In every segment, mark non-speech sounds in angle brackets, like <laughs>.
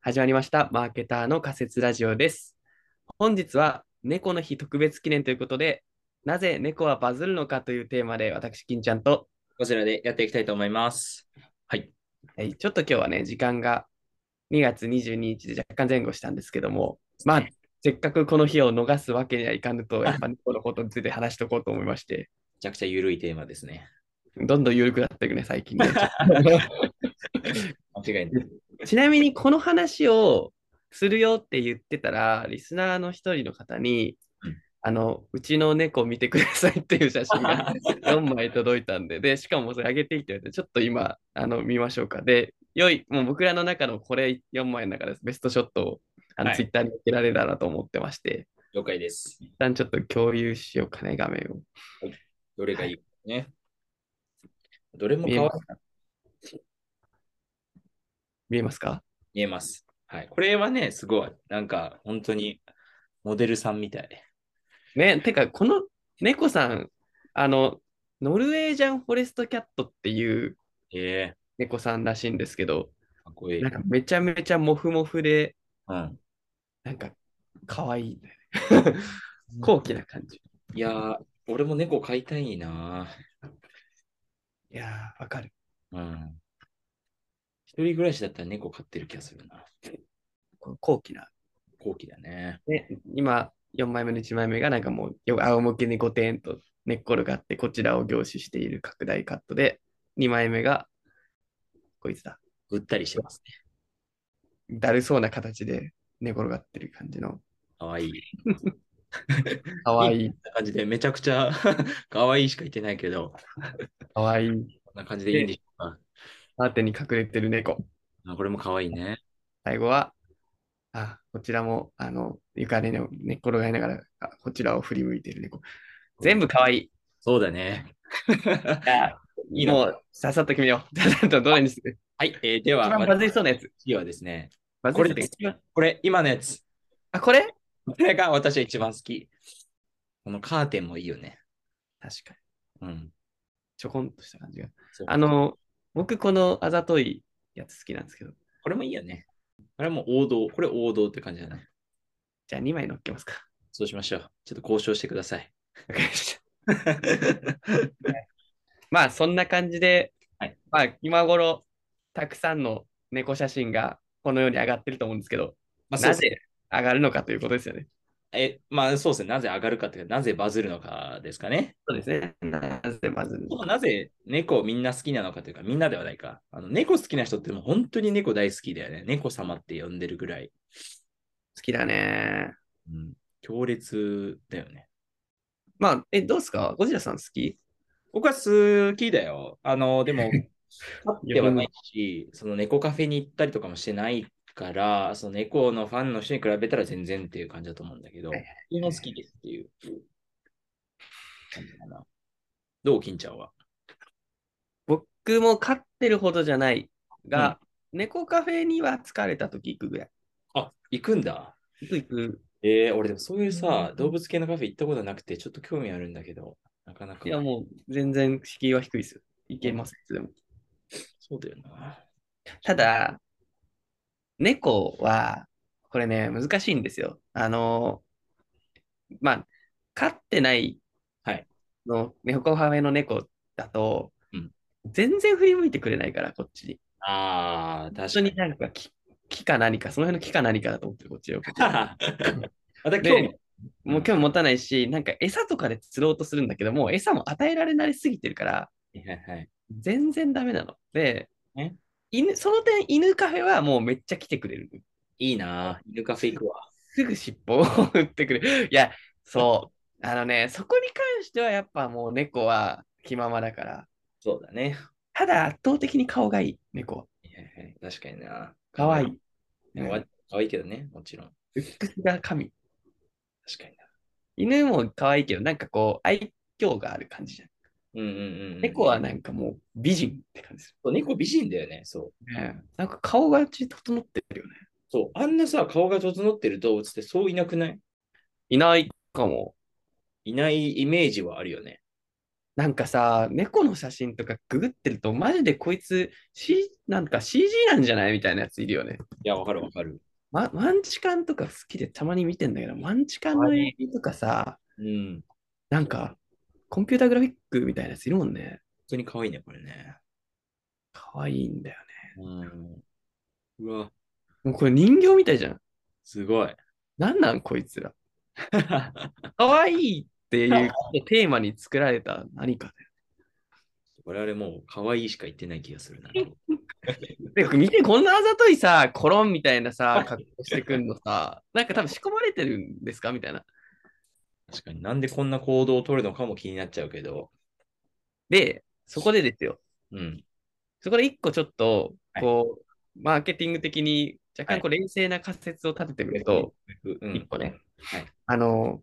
始まりましたマーケターの仮説ラジオです。本日は猫の日特別記念ということで、なぜ猫はバズるのかというテーマで私、金ちゃんと、こちらでやっていきたいと思います。はいちょっと今日はね、時間が2月22日で若干前後したんですけども、まあ、せっかくこの日を逃すわけにはいかぬと、やっぱ猫のことについて話しておこうと思いまして、めちゃくちゃ緩いテーマですね。どんどん緩くなっていくね、最近ね。間違いない。ちなみにこの話をするよって言ってたら、リスナーの一人の方にうん、あの、うちの猫を見てくださいっていう写真が4枚届いたんで、で、しかもそれあげていいって言われて、ちょっと今、あの、見ましょうか。で、良い、もう僕らの中のこれ4枚の中でベストショットを、あの、はいツイッターに載けられたらなと思ってまして、了解です。一旦ちょっと共有しようかね、画面を。どれがいいかね。どれも可愛いな見えますか見えます。はい。これはね、すごい。なんか、本当に、モデルさんみたい。ね、てか、この猫さん、あの、ノルウェージャンフォレストキャットっていうええ猫さんらしいんですけど、かっこいい。なんかめちゃめちゃモフモフで、うん。なんか可愛い <laughs> んだよね。高貴な感じ。いやー、俺も猫飼いたいないやー、わかる。うん。一人暮らしだったら猫飼ってる気がするな。こう高貴な。後期だね。ね、今、4枚目の1枚目がなんかもう、よ仰向けに5点と寝っ転がって、こちらを凝視している拡大カットで、2枚目が、こいつだ。ぐったりしてますね。だるそうな形で寝転がってる感じの、可愛いい。可愛いい、こんな感じで、めちゃくちゃ <laughs> 可愛いしか言ってないけど、可愛いこんな感じでいいんでしょうか。パーテに隠れてる猫。あこれも可愛いね。最後は、あ、こちらも、あの、床でね寝っ転がりながら、あこちらを振り向いている猫。全部可愛い。そうだね。いいなもう、さっさと決めよう。さっ <laughs> さとどれにするはい、えーで一は、番バズりそうなやつ。次はですね、バズこりれそうなやですつ。。これ、今のやつ。あ、これこれが私は一番好き。このカーテンもいいよね。確かに。うん。ちょこんとした感じが。そうあ、の、僕、このあざといやつ好きなんですけど。これもいいよね。これはもう王道。これ王道って感じだね。じゃあ、2枚乗っけますか。そうしましょう。ちょっと交渉してください。 <laughs> わかりましたまあ、そんな感じで、はいまあ、今頃、たくさんの猫写真がこのように上がってると思うんですけど、まあ、そうなですね。ぜ上がるのかということですよね。え、まあ、そうですね。なぜ上がるかっていうか、なぜバズるのかですかね。そうですね。なぜまず、なぜ猫をみんな好きなのかというか、みんなではないか。あの猫好きな人ってもう本当に猫大好きだよね。猫様って呼んでるぐらい。好きだね。うん、強烈だよね。まあ、え、どうですかゴジラさん好き僕は好きだよ。あの、<laughs> でも、飼ってはないし、その猫カフェに行ったりとかもしてないから、その猫のファンの人に比べたら全然っていう感じだと思うんだけどはいは、基本好きですっていう感じかな。どう、金ちゃんは。僕も飼ってるほどじゃないが、猫カフェには疲れた時行くぐらい。あ、行くんだ。行く行く。えー、俺でもそういうさ、動物系のカフェ行ったことなくて、ちょっと興味あるんだけど、なかなかい。や、もう全然敷居は低いですよ。行けます、いつでも。そうだよな。ただ、猫は、これね、難しいんですよ。あの、まあ、飼ってないはいの、猫カフェの猫だと、うん全然振り向いてくれないから、こっちに。ああ、確一緒かにに。なんか木木か何か、その辺の木か何かだと思ってる、こっちよ。 <laughs> また興味で、もう興味持たないし、なんか餌とかで釣ろうとするんだけど、もう餌も与えられなりすぎてるから、はいはい。全然ダメなの。でえ、犬その点、犬カフェはもうめっちゃ来てくれる。いいな。犬カフェ行くわ。すぐ尻尾を振ってくる。 <laughs> いや、そう。あのね、そこに関してはやっぱもう猫は気ままだから。そうだね。ただ圧倒的に顔がいい、猫は。はいはいはい確かにな。かわいい。かわいい。かわいいけどね、もちろん。美しが神。確かにな。犬も可愛いけど、なんかこう、愛嬌がある感じじゃん。うんうんうん。猫はなんかもう美人って感じすそう、猫美人だよね。そう。る。ね、なんか顔がち整ってるよね。そう。あんなさ、顔が整ってる動物ってそういなくないいないかも。いないイメージはあるよね。なんかさ、猫の写真とかググってると、マジでこいつ、C、なんか CG なんじゃないみたいなやついるよね。いや、わかるわかる。ま、マンチカンとか好きでたまに見てんだけど、マンチカンの映画とかさ、うん。なんか、コンピュータグラフィックみたいなやついるもんね。普通に可愛いね、これね。かわいいんだよね。うん。うわ、もうこれ人形みたいじゃん。すごい。 <laughs> なんなんこいつら。かわいいって <laughs> いうテーマに作られた何か我々もう可愛いしか言ってない気がするな。だよ。で見て、こんなあざといさ、コロンみたいなさ、格好してくんのさ、なんか多分仕込まれてるんですかみたいな。確かになんでこんな行動を取るのかも気になっちゃうけど。で、そこでですよ。うん。そこで一個ちょっとは、いこう、マーケティング的に若干はいこう冷静な仮説を立ててみると、う一ん。個ね。はいあの、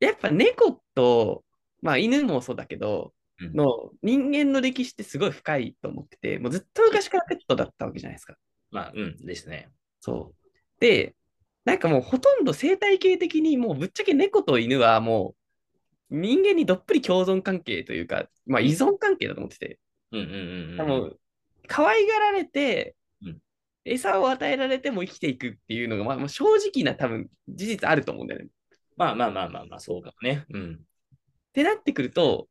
やっぱ猫と、まあ犬もそうだけど、うんの人間の歴史ってすごい深いと思ってて、もうずっと昔からペットだったわけじゃないですか。まあ、うんですね。そう。で、なんかもうほとんど生態系的にもうぶっちゃけ猫と犬はもう人間にどっぷり共存関係というか、まあ依存関係だと思ってて、うんうんうんうん。あの可愛がられてうん、餌を与えられても生きていくっていうのが、まあ、まあ正直な多分事実あると思うんだよね。っまあまあまあまあまあ、そうかもね。うん。てなってくると、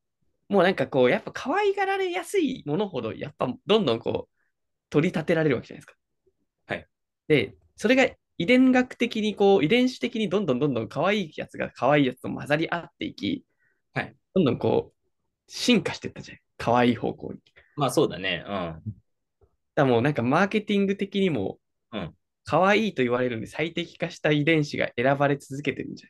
もうなんかこう、やっぱ可愛がられやすいものほど、やっぱどんどんこう、取り立てられるわけじゃないですか。はい。で、それが遺伝学的にこう、遺伝子的にどんどんどんどん可愛いやつが可愛いやつと混ざり合っていき、はい。どんどんこう、進化していったじゃん。可愛い方向に。まあそうだね。うん。だからもうなんかマーケティング的にも、うん可愛いと言われるのに最適化した遺伝子が選ばれ続けてるんじゃ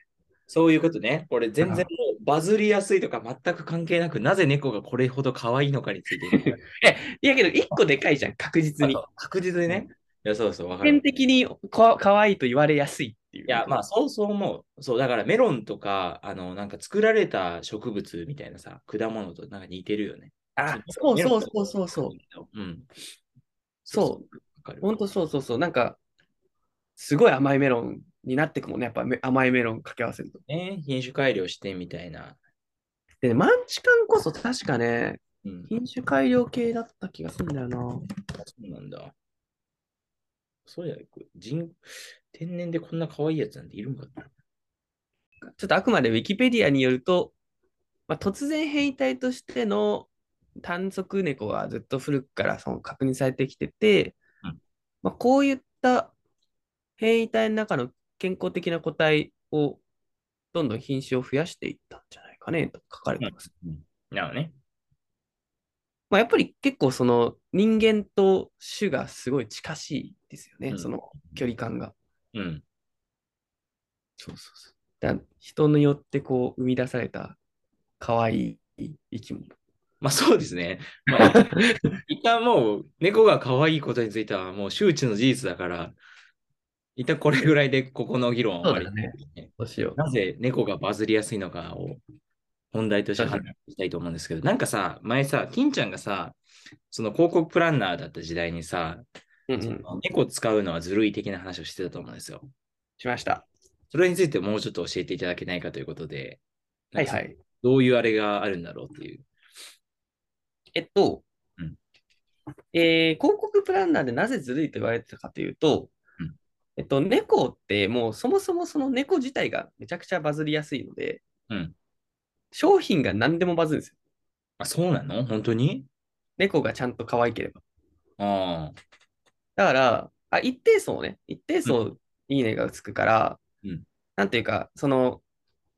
そういうことね。これ全然もうバズりやすいとか全く関係なく、なぜ猫がこれほど可愛いのかについなて。いいやけど、一個でかいじゃん、確実 <laughs> に。確実にね。いや、そうそう、わかる。普遍的にこ可愛いと言われやすいっていう。いや、まあ、そうそう思う。そう、だからメロンとか、あの、なんか作られた植物みたいなさ、果物となんか似てるよね。あ、そうそうそうそうそう。う。うん。。そうわかる。本当そうそうそう。なんか、すごい甘いメロンになってくもんね、やっぱめ甘いメロン掛け合わせると。ね。品種改良してみたいな。でね、マンチカンこそ確かね、うん。品種改良系だった気がするんだよな。そうなんだ。そうや、人、天然でこんな可愛いやつなんているんかな。ちょっとあくまでウィキペディアによると、まあ、突然変異体としての単足猫はずっと古くからその確認されてきてて、うんまあ、こういった変異体の中の健康的な個体をどんどん品種を増やしていったんじゃないかねと書かれてます。なのね。まあ、やっぱり結構その人間と種がすごい近しいですよね、うんその距離感が。うん。そうそうそう。だ人によってこう生み出された可愛い生き物。まあそうですね。まあ、 <laughs> 一旦もう猫が可愛いことについてはもう周知の事実だから、一旦これぐらいでここの議論は終わり、どうしよう。なぜ猫がバズりやすいのかを問題として話していきたいと思うんですけど、なんかさ、前さ、金ちゃんがさ、その広告プランナーだった時代にさ、うんうそん、の猫使うのはずるい的な話をしてたと思うんですよ。しました。それについてもうちょっと教えていただけないかということで、はいはい。どういうあれがあるんだろうっていう。えっと、うんえー広告プランナーでなぜずるいと言われてたかというと、うんえっと、猫ってもうそもそもその猫自体がめちゃくちゃバズりやすいので、うん商品が何でもバズるんですよ。あ、そうなの本当に猫がちゃんと可愛ければ。ああ。だから、あ一定層ね、一定層いいねがつくから、うんなんていうか、その、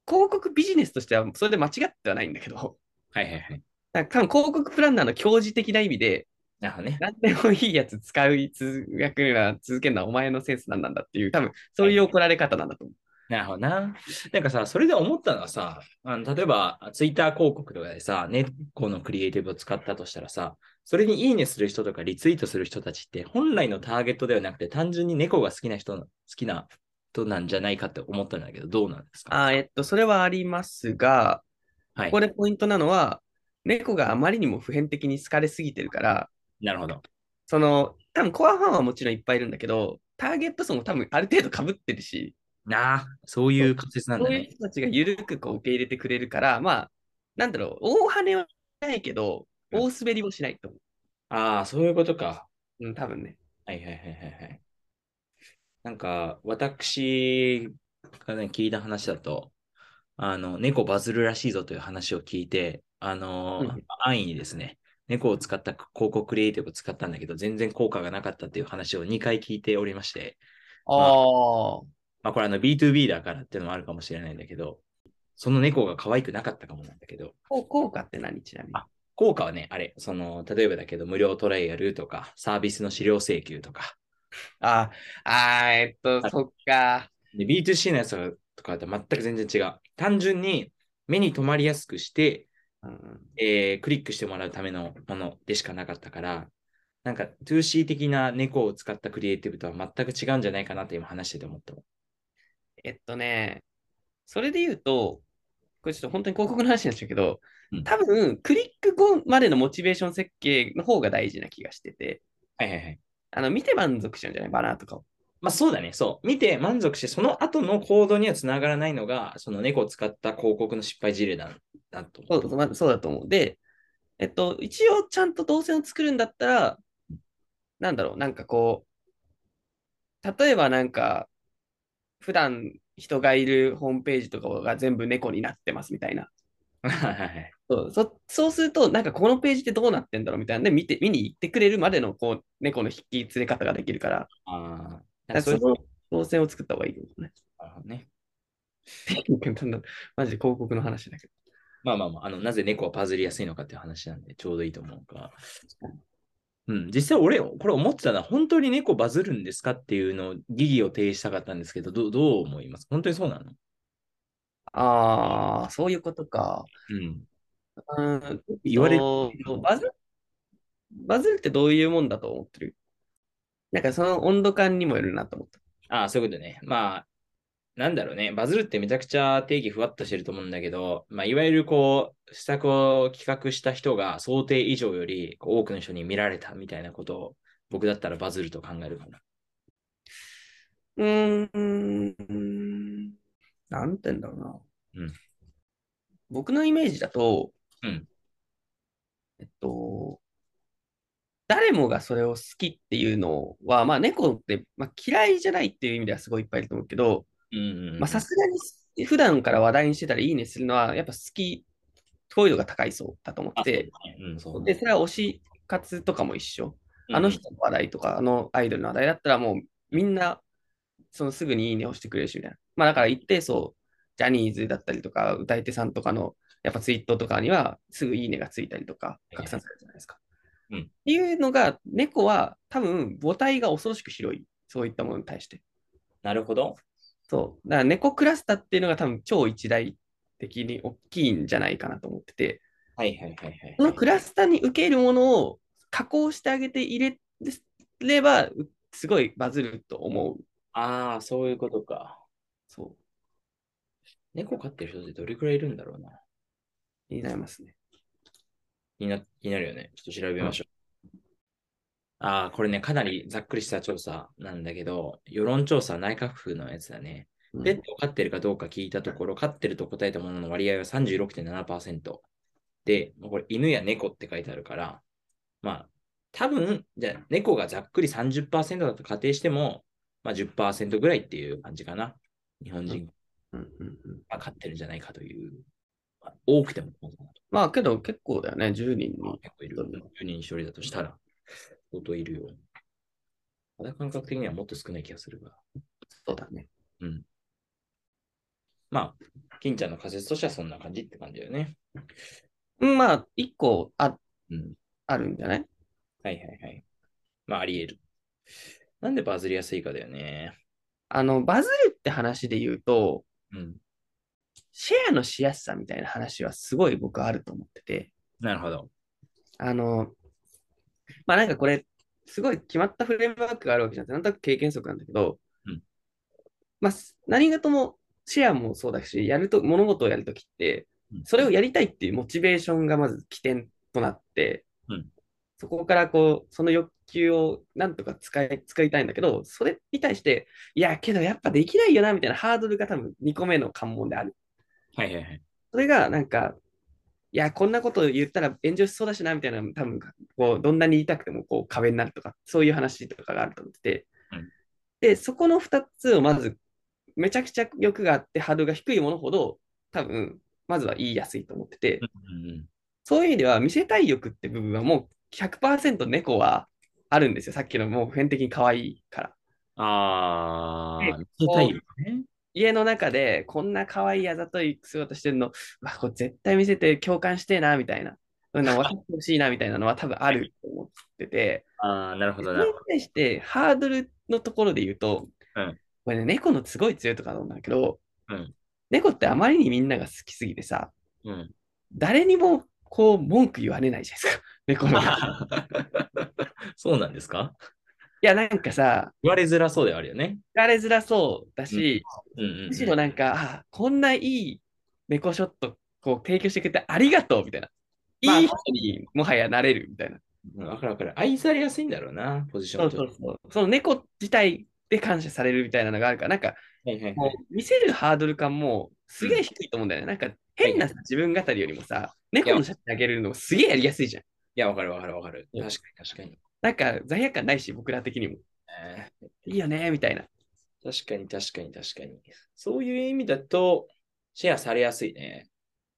広告ビジネスとしてはそれで間違ってはないんだけど、はいはいはい。なんか多分広告プランナーの教示的な意味で、なるほどね。何でもいいやつ使い続けるのは続けるのはお前のセンスなんなんだっていう、多分そういう怒られ方なんだと思う。なるほどな。なんかさ、それで思ったのはさ、あの例えば、ツイッター広告とかでさ、猫のクリエイティブを使ったとしたらさ、それにいいねする人とかリツイートする人たちって、本来のターゲットではなくて、単純に猫が好きな人の、好きな人なんじゃないかって思ったんだけど、どうなんですかあーえっと、それはありますが、こはいこ。でポイントなのは、猫があまりにも普遍的に好かれすぎてるから、なるほど。その、多分コアファンはもちろんいっぱいいるんだけど、ターゲット層も多分ある程度かぶってるし、なあ、そういう仮説なんそだういうね。人たちが緩くこう受け入れてくれるから、まあ、なんだろう、大跳ねはないけど、うん大滑りもしないと思ああ、そういうことか。う。うん、多分ね。はいはいはいはいはい。なんか、私がね、聞いた話だと、あの、猫バズるらしいぞという話を聞いて、あのうん、安易にですね、猫を使った広告クリエイティブを使ったんだけど、全然効果がなかったっていう話を2回聞いておりまして、ああ。まあこれあの B2B だからっていうのもあるかもしれないんだけど、その猫が可愛くなかったかもなんだけど、こ効果って何ちなみに。あ効果はね、あれ、その、例えばだけど無料トライアルとか、サービスの資料請求とか、ああー、えっと、そっか。で B2C のやつとかと全く全然違う。単純に目に留まりやすくして、うんえークリックしてもらうためのものでしかなかったから、なんか 2C 的な猫を使ったクリエイティブとは全く違うんじゃないかなって今話してて思った。えっとね、それで言うと、これちょっと本当に広告の話なんですけどうん、多分、クリック後までのモチベーション設計の方が大事な気がしてて、はいはいはい。あの、見て満足しちゃうんじゃないバナーとかを。まあそうだね、そう。見て満足して、その後の行動にはつながらないのが、その猫を使った広告の失敗事例だなとそ思うそうまそうだと思う。で、えっと、一応ちゃんと動線を作るんだったら、なんだろう、なんかこう、例えばなんか、普段人がいるホームページとかが全部猫になってますみたいな。う。 <laughs> はいはいはい。そうそそうすると、なんかこのページってどうなってんだろうみたいなんで、見て見に行ってくれるまでのこう猫の引き連れ方ができるから、ああ、なんかそういそうこの動線を作った方がいいよね。 <laughs> となるほどね。マジで広告の話だけど。まあまあまあ、あの、なぜ猫はパズりやすいのかっていう話なんで、ちょうどいいと思うが。うん、実際俺、これ思ってたのは、本当に猫バズるんですかっていうのを、疑義を提示したかったんですけど、どうどう思います本当にそうなのああ、そういうことか。うん。うん、言われるそうバズバズるってどういうもんだと思ってるなんかその温度感にもよるなと思った。ああ、そういうことね。まあ、なんだろうね。バズるってめちゃくちゃ定義ふわっとしてると思うんだけど、まあ、いわゆるこう、施策を企画した人が想定以上よりこう多くの人に見られたみたいなことを、僕だったらバズると考えるかな。うーん、なんて言うんだろうな。うん僕のイメージだと、うんえっと、誰もがそれを好きっていうのは、まあ猫って、まあ、嫌いじゃないっていう意味ではすごいいっぱいいると思うけど、うんうんうん。まあさすがに普段から話題にしてたらいいねするのは、やっぱ好き、好意度が高いそうだと思っあそうだてねうん、そうだて、ねで、それは推し活とかも一緒。うんあの人の話題とか、あのアイドルの話題だったら、もうみんな、そのすぐにいいねを押してくれるし、みたいな。まあだから一定層、ジャニーズだったりとか、歌い手さんとかの、やっぱツイートとかには、すぐいいねがついたりとか、いはい拡散されるじゃないですか。うんっていうのが、猫は多分母体が恐ろしく広い、そういったものに対して。なるほど。そう。だから猫クラスターっていうのが多分超一大的に大きいんじゃないかなと思ってて、はいはいはいはい。そのクラスターに受けるものを加工してあげて入れれば、うすごいバズると思う。ああ、そういうことか。そ猫飼ってる人ってどれくらいいるんだろうな。う。になりますね。気にな気になるよね。ちょっと調べましょう。ああ、これね、かなりざっくりした調査なんだけど、世論調査内閣府のやつだね。うんペットを飼ってるかどうか聞いたところ、飼ってると答えたものの割合は36.7%。で、もうこれ犬や猫って書いてあるから、まあ、多分、じゃあ猫がざっくり30%だと仮定しても、まあ10%ぐらいっていう感じかな。日本人うんうんうんが飼ってるんじゃないかという。まあ多くてもまあけど結構だよね、10人に。結構いる。10人に1人だとしたら、相当いるよ。肌感覚的にはもっと少ない気がするが。そうだね。まあ、金ちゃんの仮説としてはそんな感じって感じだよね。うんまあ、1個あうん。あるんじゃないはいはいはい。まあ、あり得る。なんでバズりやすいかだよね。あの、バズるって話で言うと、うん。シェアのしやすさみたいな話はすごい僕はあると思ってて。なるほど。あの、まあなんかこれ、すごい決まったフレームワークがあるわけじゃなくて、なんとなく経験則なんだけど、うんまあす何事もシェアもそうだし、やると、物事をやるときって、それをややりたいっていうモチベーションがまず起点となって、うんそこからこう、その欲求をなんとか使い、使いたいんだけど、それに対して、いや、けどやっぱできないよな、みたいなハードルが多分2個目の関門である。はいはいはい。それがなんか、いいや、こんなこと言ったら炎上しそうだしな、みたいな、多分こうどんなに言いたくてもこう壁になるとか、そういう話とかがあると思ってて、うんで、そこの2つをまず、めちゃくちゃ欲があって、波動が低いものほど、多分まずは言いやすいと思ってて、うんそういう意味では、見せたい欲って部分はもう100%猫はあるんですよ。さっきのもう普遍的に可愛いから。ああ、で見せたいよね。家の中でこんな可愛いあざとい姿してるの、うわ、これ絶対見せて共感してえな、みたいな。うん、分かってほしいな、みたいなのは多分あると思ってて、ああ、なるほそどれなに。対してハードルのところで言うと、うんこれね、猫のすごい強いとかなんだけど、うん猫ってあまりにみんなが好きすぎてさ、うん。誰にもこう文句言われないじゃないですか、猫の。い <laughs> そうなんですかや、なんかさ、言われづらそうではあるよね。疲れづらそうだし、うんうんうんむしろなんか、あこんないい猫ショットこう提供してくれてありがとうみたいな。まあいい人にもはやなれるみたいな。うんわかるわかる。愛されやすいんだろうな、ポジションと。そうその猫自体で感謝されるみたいなのがあるから、なんかはいはいはもいう見せるハードル感もすげえ低いと思うんだよね。なんか変なさ自分語りよりもさ、猫の写真あげるのすげえやりやすいじゃん。いや、わかるわかるわかる。うん確かに確かに。なんか罪悪感ないし、僕ら的にも。えいいよねみたいな。ー確かに確かに確かに。そういう意味だと、シェアされやすいね。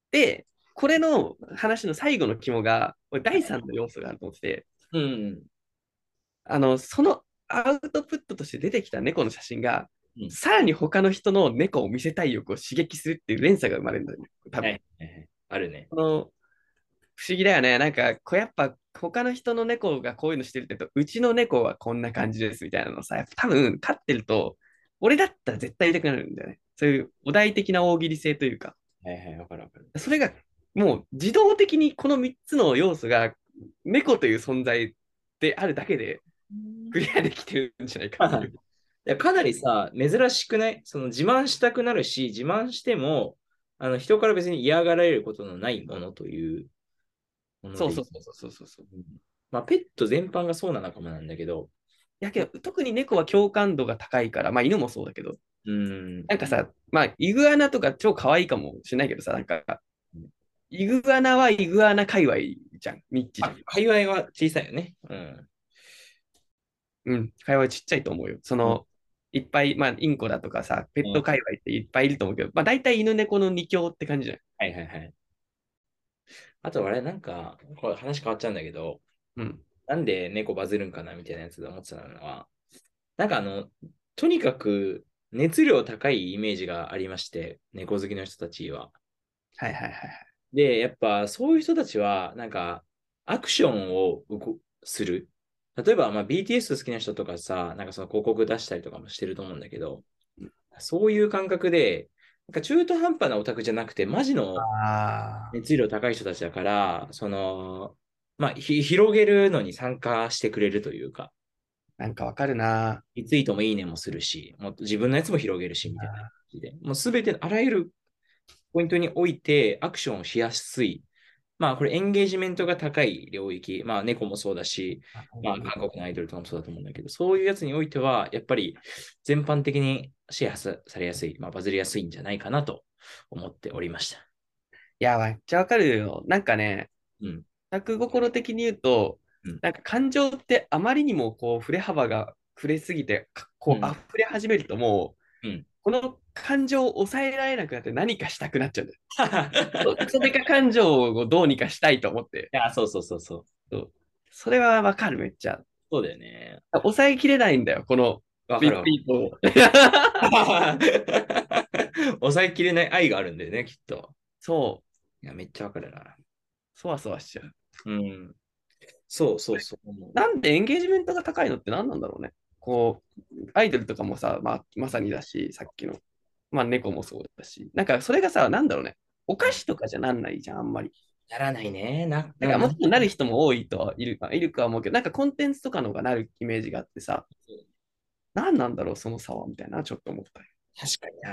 で、これの話の最後の肝が、俺第3の要素があると思ってて、うん。あの、そのアウトプットとして出てきた猫の写真が、うんさらに他の人の猫を見せたい欲を刺激するっていう連鎖が生まれるんだよね。多は分、いはいはい。あるね。この不思議だよね。なんか、こうやっぱ他の人の猫がこういうのしてるって言うと、うちの猫はこんな感じですみたいなのさ、やっぱ多分飼ってると、俺だったら絶対言いたくなるんだよね。そういうお題的な大喜利性というか、はいはい、わかるわかる。それがもう自動的にこの3つの要素が猫という存在であるだけでクリアできてるんじゃないかっていう。いやかなりさ、珍しくないその自慢したくなるし、自慢しても、あの人から別に嫌がられることのないものというものでそうそうそうそうそうそう。うんまあ、ペット全般がそうな仲間なんだけど、やけど、特に猫は共感度が高いから、まあ犬もそうだけど、うん。なんかさ、まあイグアナとか超可愛いかもしれないけどさ、なんか、イグアナはイグアナ界隈じゃん、ニッチじゃあん。界隈は小さいよね。うん。うん、界隈ちっちゃいと思うよ。その、いっぱい、まあインコだとかさ、ペット界隈っていっぱいいると思うけど、まあ大体犬猫の二強って感じじゃん。はいはいはい。あとあれ、なんか、これ話変わっちゃうんだけど、うん。なんで猫バズるんかなみたいなやつで思ってたのは、なんかあの、とにかく熱量高いイメージがありまして、猫好きの人たちは。はいはいはいはい。で、やっぱそういう人たちは、なんか、アクションをうごする。例えば、まあ、BTS 好きな人とかさ、なんかその広告出したりとかもしてると思うんだけど、そういう感覚で、なんか中途半端なオタクじゃなくて、マジのあ熱量高い人たちだから、その、まあ、ひ広げるのに参加してくれるというか、あ、なんかわかるな。リツイートもいいねもするし、もっと自分のやつも広げるし、みたいな感じで、もうすべてのあらゆるポイントにおいてアクションをしやすい。まあ、これエンゲージメントが高い領域、まあ、猫もそうだし、まあ、韓国のアイドルとかもそうだと思うんだけど、そういうやつにおいては、やっぱり全般的にシェアされやすい、まあ、バズりやすいんじゃないかなと思っておりました。 <laughs> いや、めっちゃわかるよ。なんかね、うん作心的に言うとうん、なんか感情ってあまりにもこう触れ幅が触れすぎて、かこううん溢れ始めるともう、うんこの感情を抑えられなくなって何かしたくなっちゃうん <laughs> だよ。クソデカ感情をどうにかしたいと思って。いや、そうそうそうそう。それはわかる、めっちゃ。そうだよね。抑えきれないんだよ、このわビかッる <laughs> グわピートを。抑えきれない愛があるんだよね、きっと。そう、いや、めっちゃわかるな。そわそわしちゃう。うん。そうそうそう。なんでエンゲージメントが高いのって何なんだろうね。こう、アイドルとかもさ、まあ、まさにだし、さっきの、まあ、猫もそうだし、なんかそれがさ、なんだろうね。お菓子とかじゃなんないじゃん、あんまり。ならないね。な、だから、もうんちろんなる人も多いとはいるか、いるかは思うけど、なんかコンテンツとかの方がなるイメージがあってさ、何なんだろう、その差は、みたいな、ちょっと思ったり。確かにな。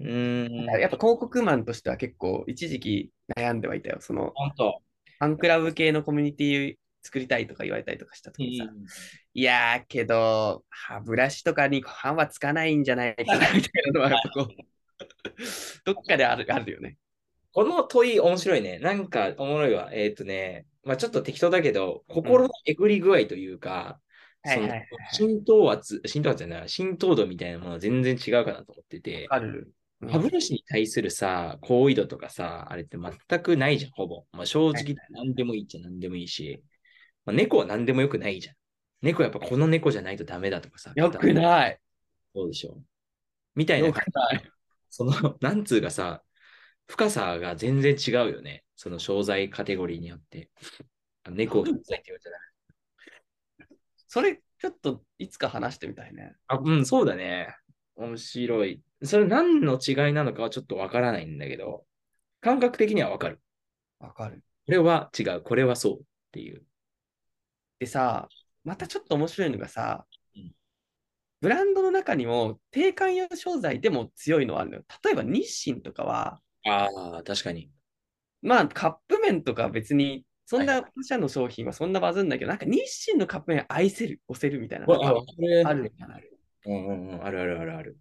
うん。やっぱ広告マンとしては結構、一時期悩んではいたよ。その、本当。ファンクラブ系のコミュニティ作りたいとか言われたりとかした時にさ、いやーけど、歯ブラシとかに歯 <laughs> はつかないんじゃないかなみたいなのは、こうどっかであるあるよね。この問い面白いね。なんかおもろいわ。えーっ、とね、まあちょっと適当だけど、心のえぐり具合というか、はいはいはいはいその浸透圧、浸透圧じゃない、浸透度みたいなものは全然違うかなと思ってて、ある。うん歯ブラシに対するさ、好意度とかさ、あれって全くないじゃん、ほぼ。まあ、正はい直、何でもいいっちゃ何でもいいし、まあ、猫は何でもよくないじゃん。猫やっぱこの猫じゃないとダメだとかさ。よくい。ない。そうでしょ。みたいなよく、ない。その、なんつうかさ、深さが全然違うよね。その商材カテゴリーによって。あの猫を商材って言うじゃない。それ、ちょっといつか話してみたいね。あ、うん、そうだね。面白い。それ何の違いなのかはちょっとわからないんだけど、感覚的にはわかる。わかる。これは違う、これはそうっていう。でさ、またちょっと面白いのがさうん、ブランドの中にも低関与商材でも強いのはあるのよ。例えば日清とかは、ああ、確かに。まあカップ麺とか別に、そんはな他社の商品はそんなバズんないけど、なんか日清のカップ麺愛せる、押せるみたいな。なんかあるじゃない。うんうんうん、あるあるあるある。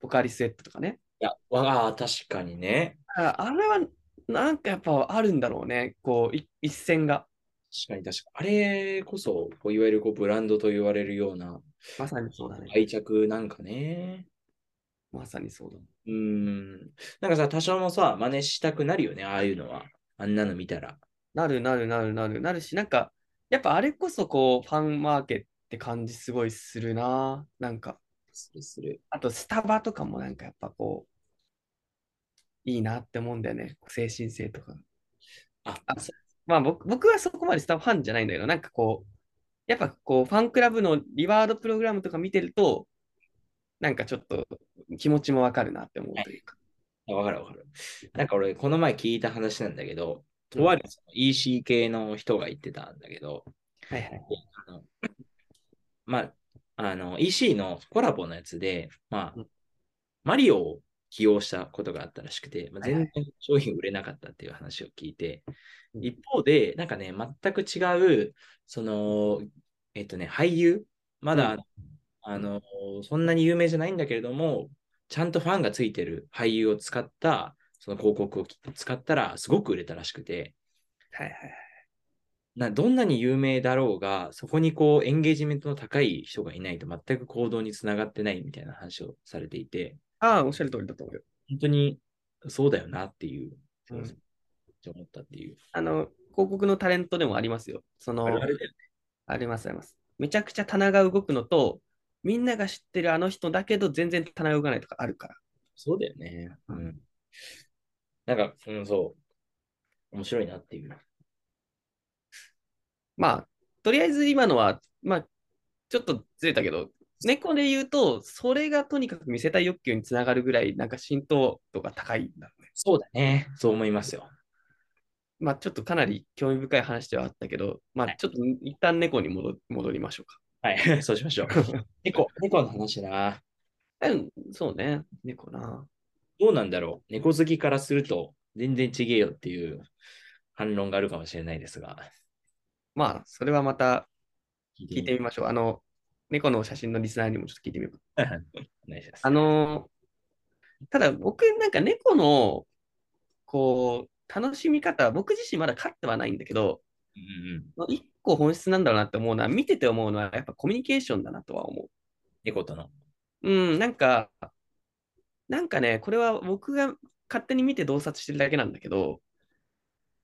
ポカリスエットとかね。いや、わあ、確かにね。ああれはなんかやっぱあるんだろうね。こう、い一線が。確かに確かに。あれこそ、こういわゆるこうブランドと言われるようなまさにそうだね。愛着なんかね。まさにそうだ。うーん。なんかさ、多少もさ、真似したくなるよね、ああいうのは。あんなの見たら。なるなるなるなるなるし、なんか、やっぱあれこそこう、ファンマーケットって感じすごいするな。なんか、するする。あとスタバとかもなんかやっぱこう、いいなって思うんだよね。精神性とか。あ、あそまあ僕僕はそこまでスタバファンじゃないんだけど、なんかこう、やっぱこう、ファンクラブのリワードプログラムとか見てると、なんかちょっと気持ちもわかるなって思うというか。うわかるわかる。なんか俺、この前聞いた話なんだけど、とあるその EC 系の人が言ってたんだけど、はいはい。あのまあ、あの、EC のコラボのやつで、まうあん、マリオを起用したことがあったらしくて、まあ、はいはい全然商品売れなかったっていう話を聞いて、うん一方で、なんかね、全く違う、その、えっとね、俳優、まだ、うんあの、そんなに有名じゃないんだけれども、ちゃんとファンがついてる俳優を使った、その広告を使ったら、すごく売れたらしくて、はいはいなどんなに有名だろうが、そこにこうエンゲージメントの高い人がいないと全く行動につながってないみたいな話をされていて、ああ、おっしゃる通りだと思うよ。本当にそうだよなっていう、うんって思ったっていう。あの、広告のタレントでもありますよ。その、あれだよねありますあります。めちゃくちゃ棚が動くのと、みんなが知ってるあの人だけど、全然棚が動かないとかあるから。そうだよね。うん。なんか、うん、そう。面白いなっていう。まあ、とりあえず今のは、まあ、ちょっとずれたけど、猫で言うと、それがとにかく見せたい欲求につながるぐらい、なんか浸透度が高いんだろうね。そうだね。そう思いますよ。まあ、ちょっとかなり興味深い話ではあったけど、まあ、ちょっと一旦猫に戻戻りましょうか。はい。 <laughs> そうしまし <laughs> ょう。猫、猫の話だな。うん、そうね、猫な。どうなんだろう。猫好きからすると、全然違えよっていう反論があるかもしれないですが。まあ、それはまた聞聞いてみましょう。あの、猫の写真のリスナーにもちょっと聞いてみようか。 <laughs> お願いしますあ。のーただ僕、なんか猫の、こう、楽しみ方、僕自身まだ飼ってはないんだけど、うんうん、一個本質なんだろうなって思うのは、見てて思うのは、やっぱコミュニケーションだなとは思猫との。う。うん、なんか、なんかね、これは僕が勝手に見て洞察してるだけなんだけど、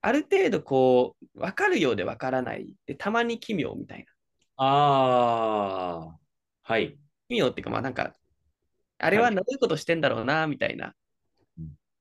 ある程度こう、分かるようで分からない。で、たまに奇妙みたいな。ああ、はい。奇妙っていうか、まあなんか、あれはどういうことしてんだろうな、みたいな。うん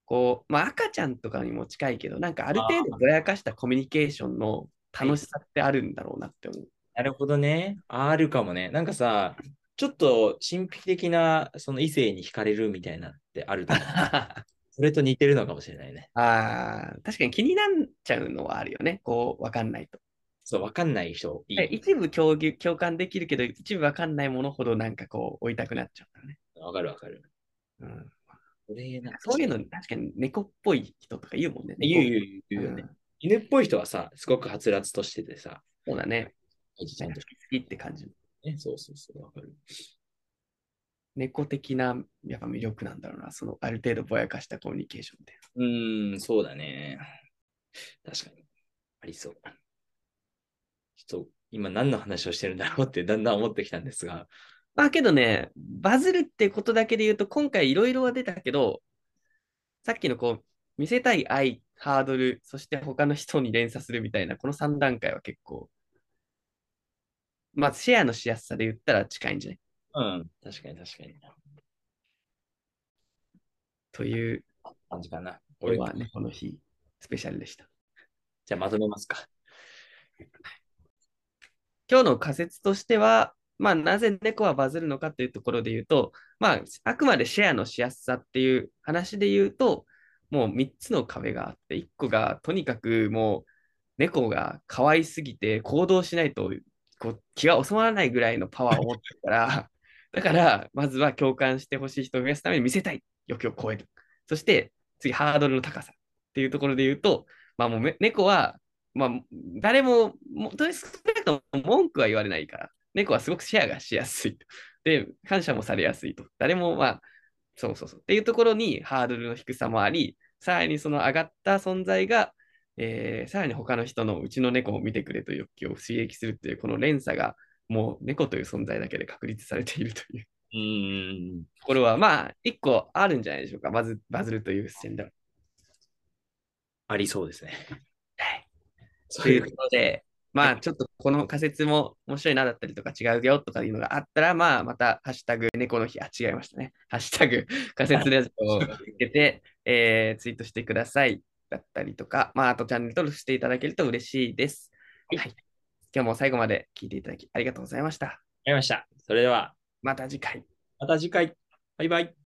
こう、まあ赤ちゃんとかにも近いけど、なんかある程度ぼやかしたコミュニケーションの楽しさってあるんだろうなって思 <laughs> う。なるほどね。あるかもね。なんかさ、ちょっと神秘的なその異性に惹かれるみたいなってある <laughs> と思うそれと似てるのかもしれないね。ああ、確かに気になっちゃうのはあるよね。こう、わかんないと。そう、わかんない人、いでい。一部共有共感できるけど、一部わかんないものほどなんかこう、追いたくなっちゃうからね。わかるわかる。うん、これなんかそういうの、確かに猫っぽい人とか言うもんね。言う猫言う言うよね、うん犬っぽい人はさ、すごくはつらつとしててさ、そうだね。愛知ちなゃんんかと好きって感じ。ね。そうそうそう、わかる。猫的なやっぱ魅力なんだろうな、そのある程度ぼやかしたコミュニケーションって。うーん、そうだね。確かに。ありそう。ちょっと、今何の話をしてるんだろうってだんだん思ってきたんですが。まあけどね、バズるってことだけで言うと、今回いろいろは出たけど、さっきのこう、見せたい愛、ハードル、そして他の人に連鎖するみたいな、この3段階は結構、まあシェアのしやすさで言ったら近いんじゃないうん。確かに確かに。という、感じかな。今俺日はね、この日、スペシャルでした。じゃあまとめますか。今日の仮説としては、まあ、なぜ猫はバズるのかというところで言うと、まあ、あくまでシェアのしやすさっていう話で言うと、もう3つの壁があって、1個がとにかくもう猫が可愛すぎて行動しないとこう気が収まらないぐらいのパワーを持ってるから、 <laughs> だからまずは共感してほしい人を増やすために見せたい欲求を超える。そして次、ハードルの高さっていうところで言うと、まあ、もうめ猫はまあ、誰も、もとにかくとも文句は言われないから、猫はすごくシェアがしやすいと。で、感謝もされやすいと。誰も、まあ、そうそうそう。っていうところにハードルの低さもあり、さらにその上がった存在が、えーさらに他の人のうちの猫を見てくれという欲求を刺激するという、この連鎖が、もう猫という存在だけで確立されているといううーん。ところは、まあ、一個あるんじゃないでしょうか。バズバズるという視点では。ありそうですね。はいそとういいううことで、まあちょっとこの仮説も面白いなだったりとか違うよとかいうのがあったら、まあまたハッシュタグ猫の日、あ、違いましたね。 <laughs> ハッシュタグ仮説ラジオをつけて、えーツイートしてくださいだったりとか、まああとチャンネル登録していただけると嬉しいです。はいはい。今日も最後まで聞いていただきありがとうございました。わかりました。それでは、また次回。また次回。バイバイ。